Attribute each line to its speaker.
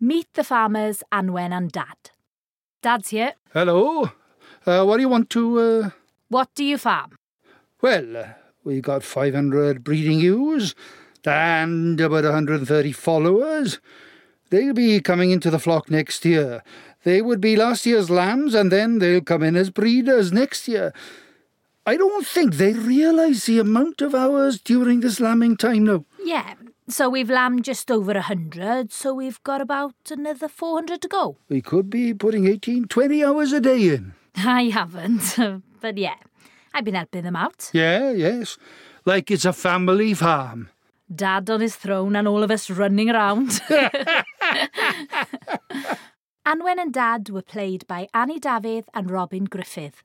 Speaker 1: Meet the farmers, Anwen and Dad. Dad's here.
Speaker 2: Hello. Uh, what do you want to? Uh,
Speaker 1: What do you farm?
Speaker 2: well, uh, we got 500 breeding ewes and about 130 followers. They'll be coming into the flock next year. They would be last year's lambs, and then they'll come in as breeders next year. I don't think they realise the amount of hours during this lambing time now.
Speaker 1: Yeah, so we've lambed just over a 100, so we've got about another 400 to go.
Speaker 2: We could be putting 18, 20 hours a day in.
Speaker 1: I haven't, but yeah, I've been helping them out.
Speaker 2: Yeah, yes. Like it's a family farm.
Speaker 1: Dad on his throne and all of us running around. Anwen and Dad were played by Annie Dafydd and Robin Griffith.